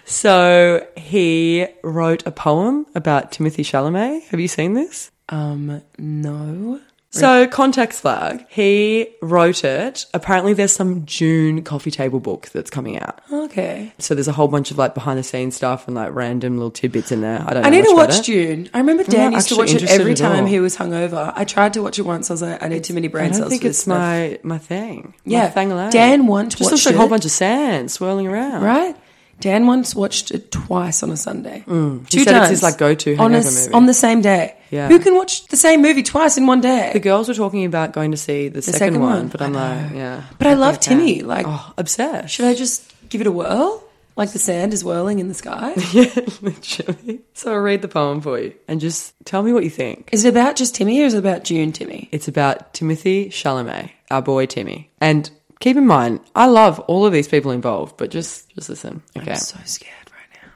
[SPEAKER 2] So he wrote a poem about Timothy Chalamet. Have you seen this?
[SPEAKER 1] Um, no.
[SPEAKER 2] So context flag. He wrote it. Apparently there's some June coffee table book that's coming out.
[SPEAKER 1] Okay.
[SPEAKER 2] So there's a whole bunch of like behind the scenes stuff and like random little tidbits in there. I don't know.
[SPEAKER 1] I need
[SPEAKER 2] much
[SPEAKER 1] to
[SPEAKER 2] about
[SPEAKER 1] watch
[SPEAKER 2] it.
[SPEAKER 1] June. I remember
[SPEAKER 2] not
[SPEAKER 1] Dan used to
[SPEAKER 2] actually
[SPEAKER 1] watch it
[SPEAKER 2] interested
[SPEAKER 1] every
[SPEAKER 2] at
[SPEAKER 1] time
[SPEAKER 2] all.
[SPEAKER 1] he was hungover. I tried to watch it once. I was like, I need too many
[SPEAKER 2] I
[SPEAKER 1] brain cells.
[SPEAKER 2] don't think
[SPEAKER 1] for this
[SPEAKER 2] it's my, my thing. My
[SPEAKER 1] Yeah.
[SPEAKER 2] thing alone.
[SPEAKER 1] Dan once
[SPEAKER 2] Just
[SPEAKER 1] watched
[SPEAKER 2] looks like a whole
[SPEAKER 1] it.
[SPEAKER 2] bunch of sand swirling around.
[SPEAKER 1] right? Dan once watched it twice on a Sunday.
[SPEAKER 2] Mm. He said it's his, like, go-to
[SPEAKER 1] on,
[SPEAKER 2] hangover
[SPEAKER 1] a s-
[SPEAKER 2] movie.
[SPEAKER 1] on the same day.
[SPEAKER 2] Yeah.
[SPEAKER 1] Who can watch the same movie twice in one
[SPEAKER 2] The
[SPEAKER 1] day?
[SPEAKER 2] girls were talking about going to see the, second,
[SPEAKER 1] second
[SPEAKER 2] one,
[SPEAKER 1] one.
[SPEAKER 2] but I'm like, yeah.
[SPEAKER 1] But I
[SPEAKER 2] don't
[SPEAKER 1] love
[SPEAKER 2] think can.
[SPEAKER 1] Timmy, like-
[SPEAKER 2] oh, obsessed.
[SPEAKER 1] Should I just give it a whirl? Like the sand is whirling in the sky.
[SPEAKER 2] yeah, literally. So I'll read the poem for you and just tell me what you think.
[SPEAKER 1] is it about just Timmy or is it about June Timmy?
[SPEAKER 2] It's about Timothy Chalamet, our boy Timmy. And keep in mind, I love all of these people involved, but just just listen. Okay.
[SPEAKER 1] I'm so scared right now.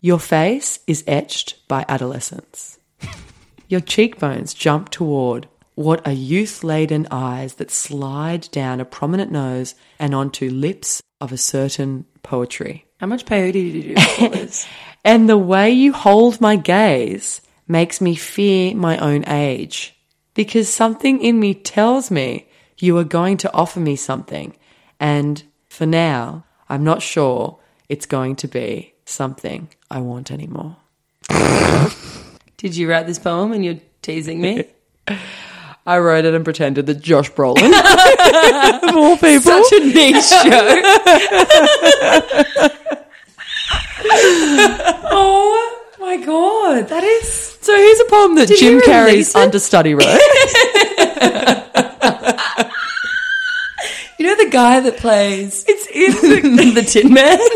[SPEAKER 2] Your face is etched by adolescence. Your cheekbones jump toward what are youth laden eyes that slide down a prominent nose and onto lips of a certain poetry.
[SPEAKER 1] How much peyote did you do before this?
[SPEAKER 2] And the way you hold my gaze makes me fear my own age because something in me tells me you are going to offer me something. And for now, I'm not sure it's going to be something I want anymore.
[SPEAKER 1] Did you write this poem and you're teasing me?
[SPEAKER 2] I wrote it and pretended that Josh Brolin, of all people,
[SPEAKER 1] Such a niche show. oh my god, that is
[SPEAKER 2] So here's a poem that
[SPEAKER 1] Did
[SPEAKER 2] Jim
[SPEAKER 1] you
[SPEAKER 2] Carrey's
[SPEAKER 1] release it?
[SPEAKER 2] understudy wrote.
[SPEAKER 1] you know the guy that plays
[SPEAKER 2] it's in
[SPEAKER 1] the Tin Man.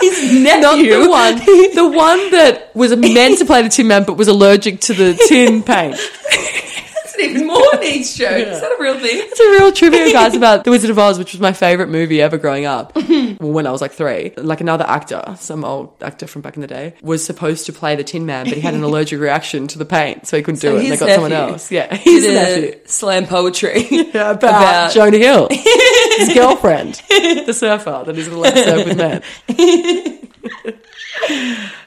[SPEAKER 1] His nephew.
[SPEAKER 2] not Oh, the one, the one that was meant to play the Tin Man but was allergic to the tin paint.
[SPEAKER 1] That's an even more niche show. Is that a real thing?
[SPEAKER 2] It's a real trivia, guys, about The Wizard of Oz, which was my favorite movie ever growing up. well, when I was like three, like another actor, some old actor from back in the day, was supposed to play the Tin Man, but he had an allergic reaction to the paint, so he couldn't do it. And they
[SPEAKER 1] his
[SPEAKER 2] got someone
[SPEAKER 1] nephew
[SPEAKER 2] else. Yeah,
[SPEAKER 1] He's
[SPEAKER 2] he's a nephew.
[SPEAKER 1] slam poetry
[SPEAKER 2] Yeah, about,
[SPEAKER 1] about
[SPEAKER 2] Jonah Hill, his girlfriend, the surfer that isn't allowed to surf with men.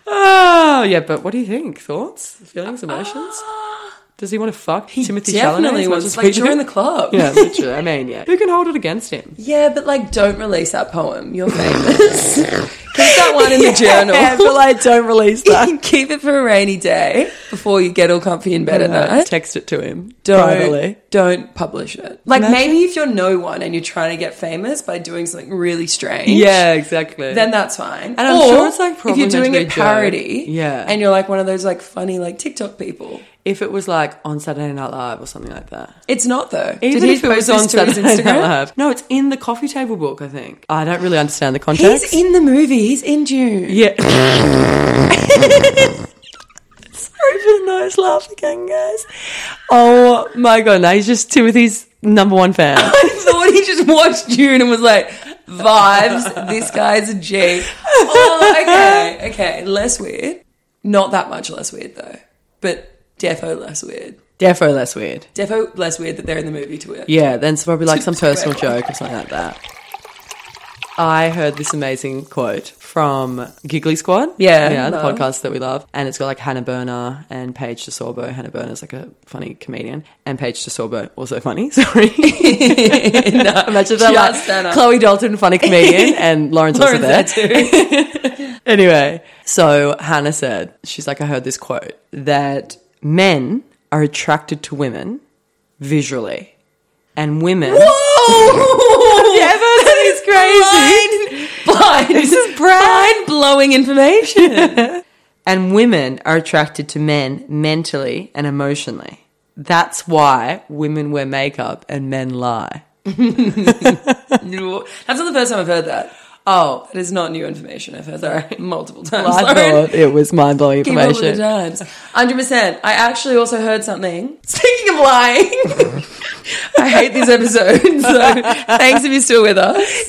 [SPEAKER 2] oh yeah, but what do you think? Thoughts, feelings, emotions? Does he want to fuck Timothy Chalamet?
[SPEAKER 1] definitely
[SPEAKER 2] as much
[SPEAKER 1] was
[SPEAKER 2] as
[SPEAKER 1] just like
[SPEAKER 2] we do?
[SPEAKER 1] join the club.
[SPEAKER 2] Yeah, literally. I mean, yeah. Who can hold it against him?
[SPEAKER 1] Yeah, but like, don't release that poem. You're famous. Keep that one in the journal.
[SPEAKER 2] but like, don't release
[SPEAKER 1] Keep it for a rainy day before you get all comfy in bed at night.
[SPEAKER 2] Uh, Text it to him.
[SPEAKER 1] Don't
[SPEAKER 2] privately.
[SPEAKER 1] don't publish it. Like
[SPEAKER 2] Imagine-
[SPEAKER 1] maybe if you're no one and you're trying to get famous by doing something really strange.
[SPEAKER 2] Yeah, exactly.
[SPEAKER 1] Then that's fine. And
[SPEAKER 2] I'm sure it's, like,
[SPEAKER 1] if
[SPEAKER 2] probably
[SPEAKER 1] you're
[SPEAKER 2] meant to
[SPEAKER 1] doing
[SPEAKER 2] be
[SPEAKER 1] a
[SPEAKER 2] a joke.
[SPEAKER 1] parody,
[SPEAKER 2] Yeah.
[SPEAKER 1] and you're like one of those like funny like TikTok people.
[SPEAKER 2] if it was like on Saturday Night Live or something like that.
[SPEAKER 1] It's not though.
[SPEAKER 2] Even
[SPEAKER 1] Did he
[SPEAKER 2] if it
[SPEAKER 1] post
[SPEAKER 2] was
[SPEAKER 1] this
[SPEAKER 2] on
[SPEAKER 1] to his
[SPEAKER 2] Saturday Night
[SPEAKER 1] Instagram?
[SPEAKER 2] Live. No, it's in the coffee table book, I think. I don't really understand the context.
[SPEAKER 1] He's in the movie. He's in June.
[SPEAKER 2] Yeah. Sorry for the nose laugh again, guys. Oh my god, now he's just Timothy's number one fan.
[SPEAKER 1] I thought he just watched June and was like, vibes, this guy's a G. Oh, okay, okay. Less weird. Not that much less weird, though. But defo less weird.
[SPEAKER 2] Defo, that's weird.
[SPEAKER 1] Defo less weird that they're in the movie to it.
[SPEAKER 2] Yeah, then it's probably like some
[SPEAKER 1] Square
[SPEAKER 2] personal
[SPEAKER 1] one.
[SPEAKER 2] joke or something like that. I heard this amazing quote from Giggly Squad.
[SPEAKER 1] Yeah,
[SPEAKER 2] Yeah, the
[SPEAKER 1] love.
[SPEAKER 2] podcast that we love. And it's got like Hannah Berner and Paige DeSorbo. Hannah Berner's like a funny comedian. And Paige DeSorbo, also funny, sorry. Imagine that.
[SPEAKER 1] just Hannah.
[SPEAKER 2] Like, Chloe Dalton, funny comedian, and Lauren's, also there.
[SPEAKER 1] Lauren's there too.
[SPEAKER 2] Anyway, so Hannah said, she's like, I heard this quote that men are attracted to women visually, and women.
[SPEAKER 1] Whoa!
[SPEAKER 2] Yeah, but that is
[SPEAKER 1] crazy. Blind, this is mind blowing information.
[SPEAKER 2] And women are attracted to men mentally and emotionally. That's why women wear makeup and men lie.
[SPEAKER 1] That's not the first time I've heard that.
[SPEAKER 2] Oh,
[SPEAKER 1] That is not new information. I've heard that multiple times.
[SPEAKER 2] I
[SPEAKER 1] Lauren.
[SPEAKER 2] thought it was mind blowing
[SPEAKER 1] Keep up with the
[SPEAKER 2] information.
[SPEAKER 1] times. 100%. I actually also heard something. Speaking of lying, I hate this episode. So thanks if you're still with us.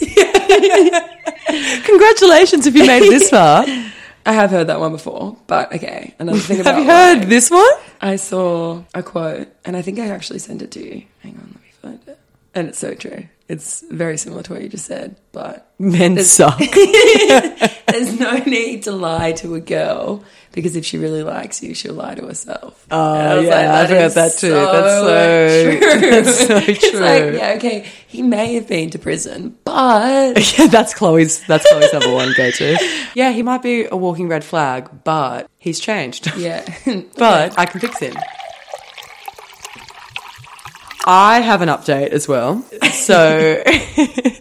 [SPEAKER 2] Congratulations if you made it this far.
[SPEAKER 1] I have heard that one before, but okay. Another thing about
[SPEAKER 2] Have you heard
[SPEAKER 1] lying.
[SPEAKER 2] this one?
[SPEAKER 1] I saw a quote, and I think I actually sent it to you. Hang on, let me find it. And it's so true. It's very similar to what you just said, but
[SPEAKER 2] Men suck.
[SPEAKER 1] there's no need to lie to a girl because if she really likes you, she'll lie to herself.
[SPEAKER 2] Oh,
[SPEAKER 1] And I was
[SPEAKER 2] yeah, I've heard
[SPEAKER 1] is
[SPEAKER 2] that too. That's so- that's so
[SPEAKER 1] It's like,
[SPEAKER 2] true.
[SPEAKER 1] yeah, okay, he may have been to prison, but
[SPEAKER 2] yeah, that's Chloe's. That's Chloe's number one go to. Yeah, he might be a walking red flag, but he's changed.
[SPEAKER 1] yeah,
[SPEAKER 2] but I can fix him. I have an update as well. So,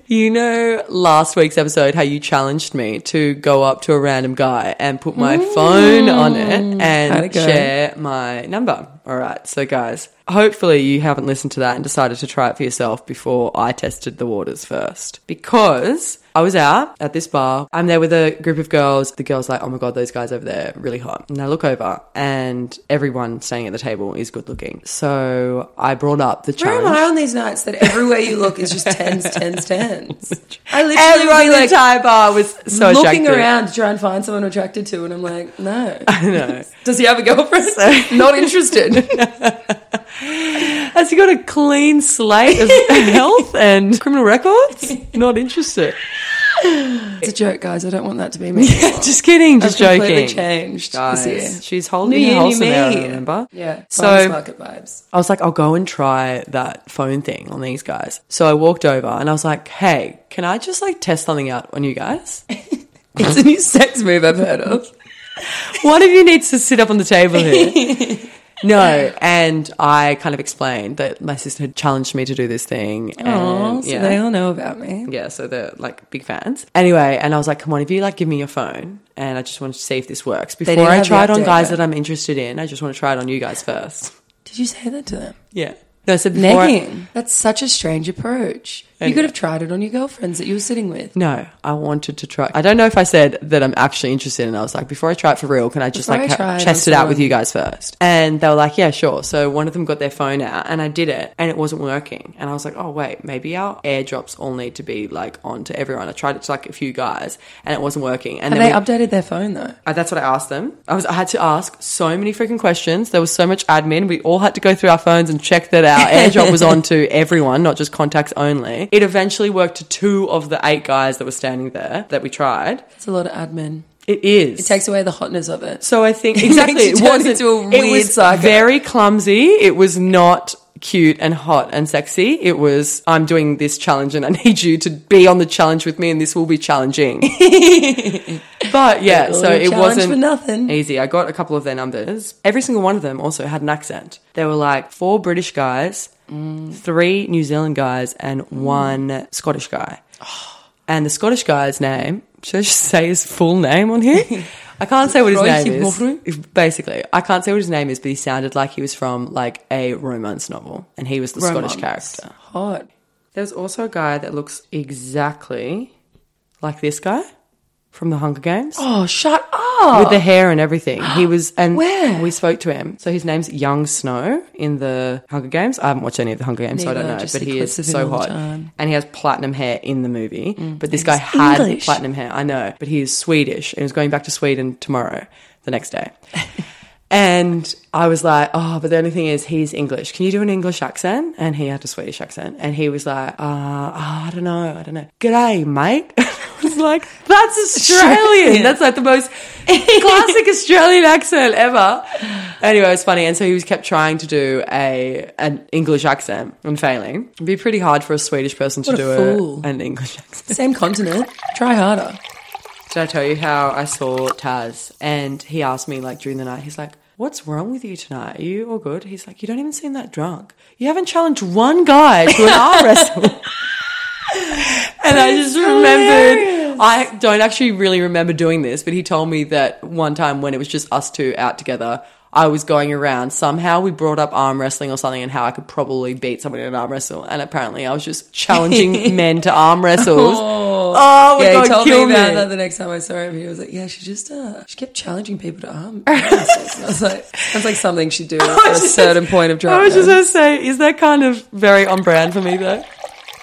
[SPEAKER 2] you know, last week's episode, how you challenged me to go up to a random guy and put my phone on it
[SPEAKER 1] How'd it
[SPEAKER 2] and
[SPEAKER 1] go?
[SPEAKER 2] share my number. All right. So, guys, Hopefully, you haven't listened to that and decided to try it for yourself before I tested the waters first. Because I was out at this bar. I'm there with a group of girls. The girls like, oh my god, those guys over there really hot. And I look over, and everyone staying at the table is good looking. So I brought up the
[SPEAKER 1] Where
[SPEAKER 2] challenge.
[SPEAKER 1] am I on these nights that everywhere you look is just tens, tens, tens? I literally would
[SPEAKER 2] Everyone in
[SPEAKER 1] be
[SPEAKER 2] the
[SPEAKER 1] like
[SPEAKER 2] entire bar was so
[SPEAKER 1] looking
[SPEAKER 2] attractive.
[SPEAKER 1] around to try and find someone I'm attracted to, and I'm like, no.
[SPEAKER 2] I know.
[SPEAKER 1] Does he have a girlfriend? Not interested.
[SPEAKER 2] Has he got a clean slate of health and criminal records? Not interested.
[SPEAKER 1] it's a joke, guys. I don't want that to be me.
[SPEAKER 2] just kidding.
[SPEAKER 1] I've
[SPEAKER 2] Just
[SPEAKER 1] completely
[SPEAKER 2] joking.
[SPEAKER 1] changed
[SPEAKER 2] Guys,
[SPEAKER 1] this year.
[SPEAKER 2] she's
[SPEAKER 1] New
[SPEAKER 2] holding
[SPEAKER 1] year,
[SPEAKER 2] her
[SPEAKER 1] new
[SPEAKER 2] wholesome
[SPEAKER 1] me.
[SPEAKER 2] now, remember?
[SPEAKER 1] Yeah.
[SPEAKER 2] So-
[SPEAKER 1] farmers market vibes.
[SPEAKER 2] I was like, I'll go and try that phone thing on these guys. So I walked over and I was like, hey, can I just like test something out on you guys?
[SPEAKER 1] It's a new sex move I've heard of.
[SPEAKER 2] One of you needs to sit up on the table here. No, and I kind of explained that my sister had challenged me to do this thing. And,
[SPEAKER 1] Oh, so
[SPEAKER 2] yeah.
[SPEAKER 1] they all know about me.
[SPEAKER 2] Yeah, so they're like big fans. Anyway, and I was like, come on, if you like give me your phone and I just wanted to see if this works before
[SPEAKER 1] didn't
[SPEAKER 2] I
[SPEAKER 1] have the
[SPEAKER 2] try it on
[SPEAKER 1] update
[SPEAKER 2] guys
[SPEAKER 1] yet.
[SPEAKER 2] that I'm interested in, I just want to try it on you guys first.
[SPEAKER 1] Did you say that to them?
[SPEAKER 2] Yeah. No, so before I-
[SPEAKER 1] Negging. That's such a strange approach. You could have tried it on your girlfriends that you were sitting with.
[SPEAKER 2] no, I wanted to try. I don't know if I said that I'm actually interested, and I was like, before I try it for real, can I just
[SPEAKER 1] Before
[SPEAKER 2] like
[SPEAKER 1] I
[SPEAKER 2] ha-
[SPEAKER 1] try it
[SPEAKER 2] test
[SPEAKER 1] on
[SPEAKER 2] it out with
[SPEAKER 1] someone.
[SPEAKER 2] you guys first? And they were like, yeah, sure. So one of them got their phone out, and I did it, and it wasn't working. And I was like, oh wait, maybe our airdrops all need to be like on to everyone. I tried it to like a few guys, and it wasn't working. And
[SPEAKER 1] Have
[SPEAKER 2] then
[SPEAKER 1] they
[SPEAKER 2] we-
[SPEAKER 1] updated their phone though?
[SPEAKER 2] Uh, that's what I asked them. I was I had to ask so many freaking questions. There was so much admin. We all had to go through our phones and check that our airdrop was on to everyone, not just contacts only. It eventually worked to two of the eight guys that were standing there that we tried.
[SPEAKER 1] It's a lot of admin.
[SPEAKER 2] It is.
[SPEAKER 1] It takes away the hotness of it.
[SPEAKER 2] so I think
[SPEAKER 1] It
[SPEAKER 2] exactly
[SPEAKER 1] makes
[SPEAKER 2] it
[SPEAKER 1] you turn
[SPEAKER 2] wasn't
[SPEAKER 1] into a
[SPEAKER 2] it
[SPEAKER 1] weird
[SPEAKER 2] was
[SPEAKER 1] psycho.
[SPEAKER 2] very clumsy. It was not cute and hot and sexy. It was I'm doing this challenge and I need you to be on the challenge with me and this will be challenging. but yeah, so
[SPEAKER 1] Little
[SPEAKER 2] it
[SPEAKER 1] challenge
[SPEAKER 2] wasn't
[SPEAKER 1] for nothing.
[SPEAKER 2] easy. I got a couple of their numbers. Every single one of them also had an accent. There were like four British guys,
[SPEAKER 1] Mm.
[SPEAKER 2] three New Zealand guys, and one Scottish guy.
[SPEAKER 1] Oh.
[SPEAKER 2] And the Scottish guy's name, should I just say his full name on here? I can't say what his
[SPEAKER 1] Roy
[SPEAKER 2] name
[SPEAKER 1] Kilmore.
[SPEAKER 2] is. Basically, I can't say what his name is, but he sounded like he was from like a romance novel, and he was the
[SPEAKER 1] Romance.
[SPEAKER 2] Scottish character.
[SPEAKER 1] Hot.
[SPEAKER 2] There's also a guy that looks exactly like this guy from the Hunger Games
[SPEAKER 1] Oh, shut up.
[SPEAKER 2] with the hair and everything. He was, and
[SPEAKER 1] Oh. Where?
[SPEAKER 2] we spoke to him. So his name's Young Snow in the Hunger Games. I haven't watched any of the Hunger Games, so I
[SPEAKER 1] Neither,
[SPEAKER 2] don't know.
[SPEAKER 1] just
[SPEAKER 2] But
[SPEAKER 1] see
[SPEAKER 2] he is
[SPEAKER 1] clips of him
[SPEAKER 2] so
[SPEAKER 1] all the
[SPEAKER 2] hot,
[SPEAKER 1] time. Mm.
[SPEAKER 2] and he has platinum hair in the movie. But this
[SPEAKER 1] And
[SPEAKER 2] guy
[SPEAKER 1] he's
[SPEAKER 2] had
[SPEAKER 1] English.
[SPEAKER 2] platinum hair. I know, but he is Swedish, and he's going back to Sweden tomorrow, the next day. And I was like, oh, but the only thing is, he's English. Can you do an English accent? And he had a Swedish accent. And he was like, uh, oh, I don't know. I don't know. G'day, mate. I was like, that's Australian.
[SPEAKER 1] Australian.
[SPEAKER 2] That's like the most classic Australian accent ever. Anyway, it was funny. And so he was kept trying to do a an English accent and failing. It'd be pretty hard for a Swedish person to
[SPEAKER 1] What a
[SPEAKER 2] do
[SPEAKER 1] fool.
[SPEAKER 2] a, an English accent.
[SPEAKER 1] Same continent. Try harder.
[SPEAKER 2] Did I tell you how I saw Taz? And he asked me like during the night, he's like, What's wrong with you tonight? Are you all good? He's like, You don't even seem that drunk. You haven't challenged one guy to an arm wrestle. and I just remembered I don't actually really remember doing this, but he told me that one time when it was just us two out together, I was going around. Somehow we brought up arm wrestling or something and how I could probably beat someone in an arm wrestle. And apparently I was just challenging men to arm wrestles. Oh, my
[SPEAKER 1] yeah,
[SPEAKER 2] god,
[SPEAKER 1] he told me
[SPEAKER 2] kill
[SPEAKER 1] about
[SPEAKER 2] me.
[SPEAKER 1] that the next time I saw him. He was like, "Yeah, she just uh, she kept challenging people to arm." wrestles." And I was like, "That's like something she'd do at a
[SPEAKER 2] was just-
[SPEAKER 1] certain point of
[SPEAKER 2] I was just
[SPEAKER 1] drunkenness."
[SPEAKER 2] gonna say, is that kind of very on brand for me though?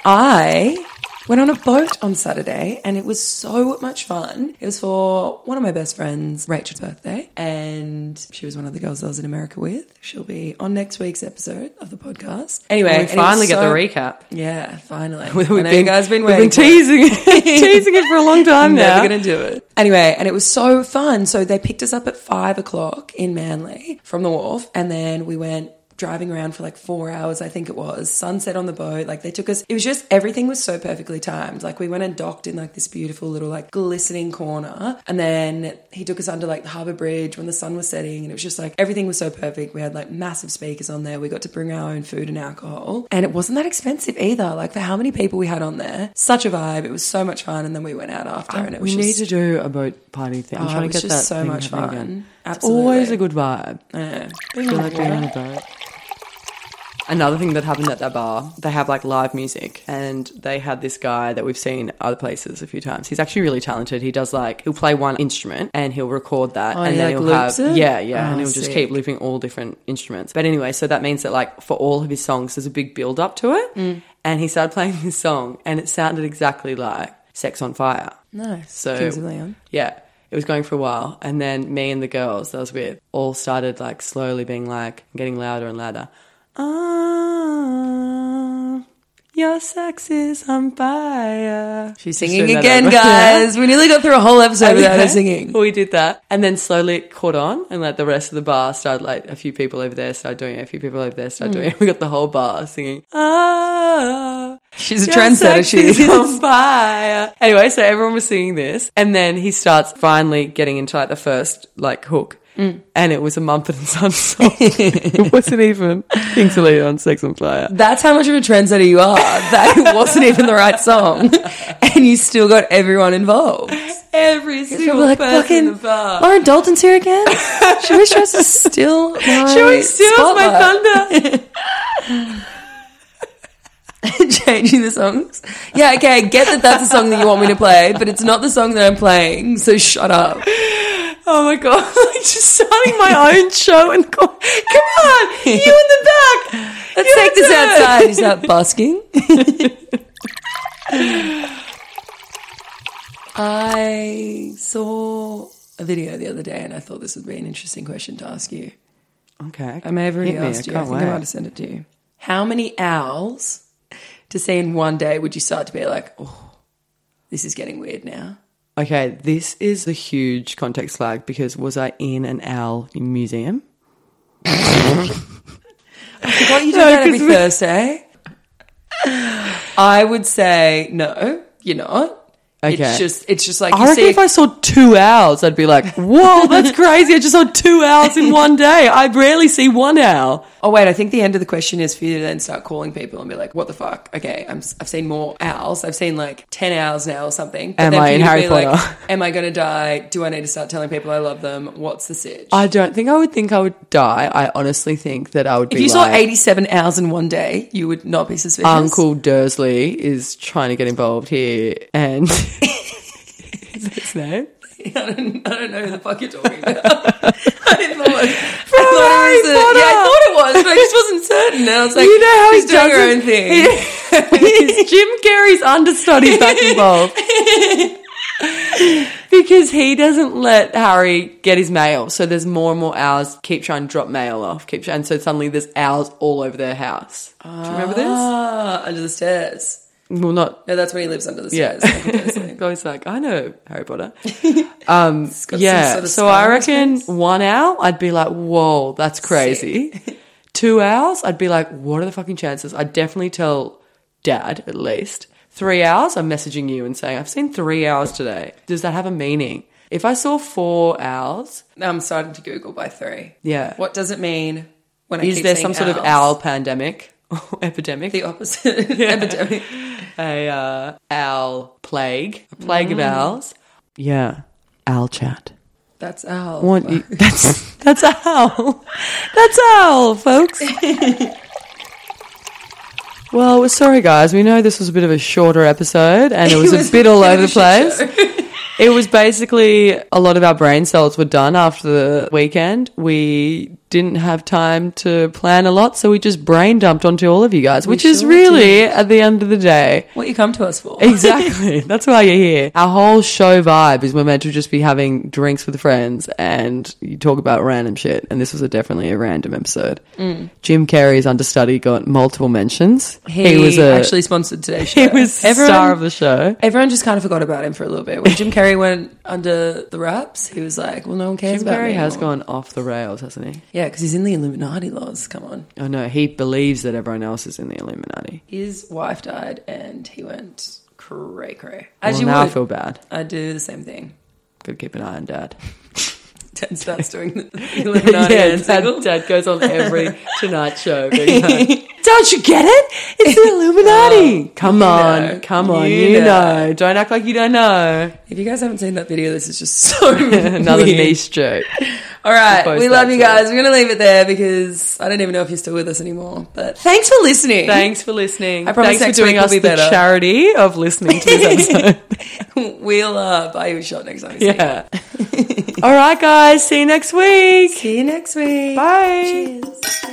[SPEAKER 1] I went on a boat on Saturday, and it was so much fun. It was for one of my best friends, Rachel's birthday, and she was one of the girls I was in America with. She'll be on next week's episode of the podcast. Anyway,
[SPEAKER 2] we
[SPEAKER 1] and it was
[SPEAKER 2] finally get
[SPEAKER 1] so-
[SPEAKER 2] the recap.
[SPEAKER 1] Yeah, finally.
[SPEAKER 2] We've
[SPEAKER 1] I know you guys been
[SPEAKER 2] we've
[SPEAKER 1] waiting. for it.
[SPEAKER 2] teasing it, teasing it for a long time now.
[SPEAKER 1] Never gonna do it. Anyway, and it was so fun. So they picked us up at five o'clock in Manly from the wharf, and then we went driving around for like four hours, I think it was. Sunset on the boat. Like they took us it was just everything was so perfectly timed. Like we went and docked in like this beautiful little like glistening corner. And then he took us under like the harbour bridge when the sun was setting and it was just like everything was so perfect. We had like massive speakers on there. We got to bring our own food and alcohol. And it wasn't that expensive either. Like for how many people we had on there. Such a vibe. It was so much fun. And then we went out after and it was
[SPEAKER 2] we
[SPEAKER 1] just
[SPEAKER 2] need to do a boat party thing. I'm
[SPEAKER 1] Oh,
[SPEAKER 2] trying
[SPEAKER 1] it
[SPEAKER 2] to
[SPEAKER 1] was
[SPEAKER 2] get
[SPEAKER 1] just
[SPEAKER 2] that
[SPEAKER 1] so
[SPEAKER 2] thing
[SPEAKER 1] much
[SPEAKER 2] happening
[SPEAKER 1] fun.
[SPEAKER 2] again. It's
[SPEAKER 1] Absolutely.
[SPEAKER 2] always a good vibe.
[SPEAKER 1] Yeah.
[SPEAKER 2] I feel like being on a boat. Another thing that happened at that bar, they have like live music and they had this guy that we've seen other places a few times. He's actually really talented. He does like, he'll play one instrument and he'll record that
[SPEAKER 1] Oh,
[SPEAKER 2] and
[SPEAKER 1] he,
[SPEAKER 2] then
[SPEAKER 1] like,
[SPEAKER 2] he'll
[SPEAKER 1] loops
[SPEAKER 2] have,
[SPEAKER 1] it?
[SPEAKER 2] yeah, yeah.
[SPEAKER 1] Oh,
[SPEAKER 2] and he'll just
[SPEAKER 1] sick.
[SPEAKER 2] keep looping all different instruments. But anyway, so that means that like for all of his songs, there's a big build up to it.
[SPEAKER 1] Mm.
[SPEAKER 2] And he started playing this song and it sounded exactly like Sex on Fire.
[SPEAKER 1] Nice.
[SPEAKER 2] So
[SPEAKER 1] Kings of Leon.
[SPEAKER 2] Yeah. It was going for a while. And then me and the girls that I was with all started like slowly being like getting louder and louder. Ah, your sex is on fire.
[SPEAKER 1] She's
[SPEAKER 2] Just
[SPEAKER 1] singing
[SPEAKER 2] doing that
[SPEAKER 1] again,
[SPEAKER 2] over-
[SPEAKER 1] guys. We nearly got through a whole episode without
[SPEAKER 2] Yeah.
[SPEAKER 1] her singing.
[SPEAKER 2] We did that. And then slowly it caught on and like the rest of the bar started like a few people over there started doing it, a few people over there started doing it. We got the whole bar singing, ah.
[SPEAKER 1] She's a
[SPEAKER 2] Your
[SPEAKER 1] trendsetter.
[SPEAKER 2] sex
[SPEAKER 1] She is.
[SPEAKER 2] is on fire. Anyway, so everyone was singing this, and then he starts finally getting into like the first like hook, and it was a Mumford and Sons song. it wasn't even Kings of Leon, Sex on Fire.
[SPEAKER 1] That's how much of a trendsetter you are. That wasn't even the right song, and you still got everyone involved.
[SPEAKER 2] Every
[SPEAKER 1] People
[SPEAKER 2] single
[SPEAKER 1] were like,
[SPEAKER 2] person in the
[SPEAKER 1] "Fucking
[SPEAKER 2] bar.
[SPEAKER 1] Lauren Dalton's here again. She always tries to steal my
[SPEAKER 2] She always steals
[SPEAKER 1] spotlight."
[SPEAKER 2] my thunder.
[SPEAKER 1] changing the songs. Yeah, okay, I get that that's a song that you want me to play, but it's not the song that I'm playing, so shut up.
[SPEAKER 2] oh my god! I'm just starting my own show and go, come on, you in the back.
[SPEAKER 1] Let's
[SPEAKER 2] Your
[SPEAKER 1] take this
[SPEAKER 2] turn."
[SPEAKER 1] outside. Is that busking? I saw a video the other day and I thought this would be an interesting question to ask you.
[SPEAKER 2] Okay,
[SPEAKER 1] I may have already
[SPEAKER 2] Hit me, I
[SPEAKER 1] asked you. I
[SPEAKER 2] can't
[SPEAKER 1] think I
[SPEAKER 2] wait.
[SPEAKER 1] might have sent it to you. How many owls to see in one day would you start to be like, oh, this is getting weird now?
[SPEAKER 2] Okay, this is a huge context flag because was I in an owl museum?
[SPEAKER 1] What you do
[SPEAKER 2] No,
[SPEAKER 1] that
[SPEAKER 2] 'cause
[SPEAKER 1] every
[SPEAKER 2] we-
[SPEAKER 1] Thursday? I would say no, you're not.
[SPEAKER 2] Okay.
[SPEAKER 1] It's just it's just like
[SPEAKER 2] I
[SPEAKER 1] you
[SPEAKER 2] reckon
[SPEAKER 1] see,
[SPEAKER 2] if I saw two owls, I'd be like, whoa, that's crazy. I just saw two owls in one day. I rarely see one owl.
[SPEAKER 1] Oh wait, I think the end of the question is for you to then start calling people and be like, "What the fuck? Okay, I'm, s- I've seen more owls. I've seen like ten owls now or something." But
[SPEAKER 2] Am
[SPEAKER 1] then for
[SPEAKER 2] I in
[SPEAKER 1] you to
[SPEAKER 2] Harry
[SPEAKER 1] be
[SPEAKER 2] Potter?
[SPEAKER 1] Am I gonna die? Do I need to start telling people I love them? What's the sitch?
[SPEAKER 2] I don't think I would think I would die. I honestly think that I would
[SPEAKER 1] if
[SPEAKER 2] be
[SPEAKER 1] you saw
[SPEAKER 2] like,
[SPEAKER 1] eighty-seven owls in one day, you would not be suspicious.
[SPEAKER 2] Uncle Dursley is trying to get involved here. And is that his name?
[SPEAKER 1] I don't, I don't know who the fuck you're talking about. I didn't thought, I
[SPEAKER 2] Harry
[SPEAKER 1] thought it was. a- yeah,
[SPEAKER 2] Potter.
[SPEAKER 1] I thought it was, but I just wasn't certain. And I was like,
[SPEAKER 2] you know how
[SPEAKER 1] she's
[SPEAKER 2] he
[SPEAKER 1] doing
[SPEAKER 2] does
[SPEAKER 1] her
[SPEAKER 2] it?
[SPEAKER 1] own thing.
[SPEAKER 2] He- Jim Carrey's understudy back involved. because he doesn't let Harry get his mail. So there's more and more owls keep trying to drop mail off. Keep trying, and so suddenly there's owls all over their house. Do you remember this?
[SPEAKER 1] Ah, under the stairs.
[SPEAKER 2] Well, not.
[SPEAKER 1] No, that's where he lives under the
[SPEAKER 2] Yeah.
[SPEAKER 1] stairs. Yeah.
[SPEAKER 2] Always like, I know Harry Potter.
[SPEAKER 1] It's got some
[SPEAKER 2] yeah.
[SPEAKER 1] sort of
[SPEAKER 2] so I
[SPEAKER 1] scar on his
[SPEAKER 2] reckon
[SPEAKER 1] face.
[SPEAKER 2] one owl, I'd be like, whoa, that's crazy. Two hours, I'd be like, what are the fucking chances? I'd definitely tell dad at least. Three hours, I'm messaging you and saying, I've seen three hours today. Does that have a meaning? If I saw four hours,
[SPEAKER 1] I'm starting to Google by three.
[SPEAKER 2] Yeah.
[SPEAKER 1] What does it mean when I
[SPEAKER 2] is
[SPEAKER 1] keep
[SPEAKER 2] there
[SPEAKER 1] seeing
[SPEAKER 2] some sort of
[SPEAKER 1] owls?
[SPEAKER 2] owl pandemic or epidemic?
[SPEAKER 1] The opposite epidemic.
[SPEAKER 2] a uh, owl plague, a plague
[SPEAKER 1] Mm.
[SPEAKER 2] of owls. Yeah, owl chat.
[SPEAKER 1] That's owl.
[SPEAKER 2] Want you- that's that's owl. That's owl, folks. well, we're sorry, guys. We know this was a bit of a shorter episode, and it was, a bit all
[SPEAKER 1] bit
[SPEAKER 2] over the
[SPEAKER 1] of a
[SPEAKER 2] place.
[SPEAKER 1] shit show.
[SPEAKER 2] It was basically a lot of our brain cells were done after the weekend. We didn't have time to plan a lot, so we just brain dumped onto all of you guys, which is
[SPEAKER 1] sure
[SPEAKER 2] really at the end of the day.
[SPEAKER 1] what you come to us for?
[SPEAKER 2] Exactly. That's why you're here. Our whole show vibe is we're meant to just be having drinks with friends and you talk about random shit. And this was a definitely a random episode. Jim Carrey's understudy got multiple mentions.
[SPEAKER 1] He, was actually sponsored today's show.
[SPEAKER 2] he was
[SPEAKER 1] Everyone-
[SPEAKER 2] star of the show.
[SPEAKER 1] Everyone just kind of forgot about him for a little bit. When Jim Carrey went under the wraps, he was like, "Well, no one cares
[SPEAKER 2] Jim
[SPEAKER 1] about
[SPEAKER 2] Carrey
[SPEAKER 1] me."
[SPEAKER 2] has
[SPEAKER 1] anymore.
[SPEAKER 2] gone off the rails, hasn't he?
[SPEAKER 1] yeah, because he's in the Illuminati laws. Come on,
[SPEAKER 2] Oh no, he believes that everyone else is in the Illuminati.
[SPEAKER 1] his wife died, and he went cray cray. As
[SPEAKER 2] well,
[SPEAKER 1] you
[SPEAKER 2] now I
[SPEAKER 1] would,
[SPEAKER 2] feel bad.
[SPEAKER 1] I do the same thing.
[SPEAKER 2] Gotta keep an eye on Dad.
[SPEAKER 1] Ted starts doing the Illuminati.
[SPEAKER 2] yeah,
[SPEAKER 1] hand
[SPEAKER 2] dad,
[SPEAKER 1] signal.
[SPEAKER 2] dad goes on every Tonight Show. being like, Don't you get it? It's the Illuminati. come on,
[SPEAKER 1] know.
[SPEAKER 2] come on,
[SPEAKER 1] You
[SPEAKER 2] you,
[SPEAKER 1] know.
[SPEAKER 2] know. Don't act like you don't know.
[SPEAKER 1] If you guys haven't seen that video, this is just so
[SPEAKER 2] Another
[SPEAKER 1] weird.
[SPEAKER 2] niche joke.
[SPEAKER 1] All right,
[SPEAKER 2] Post
[SPEAKER 1] we
[SPEAKER 2] that
[SPEAKER 1] love you
[SPEAKER 2] too.
[SPEAKER 1] guys. We're gonna leave it there because I don't even know if you're still with us anymore. But thanks for listening.
[SPEAKER 2] Thanks for listening.
[SPEAKER 1] I promise
[SPEAKER 2] Thanks for
[SPEAKER 1] next
[SPEAKER 2] doing
[SPEAKER 1] week will
[SPEAKER 2] us
[SPEAKER 1] be
[SPEAKER 2] the
[SPEAKER 1] better.
[SPEAKER 2] charity of listening to this episode.
[SPEAKER 1] We'll uh, buy you a shot next time. we see you.
[SPEAKER 2] yeah. All right, guys. See you next week.
[SPEAKER 1] See you next week.
[SPEAKER 2] Bye.
[SPEAKER 1] Cheers.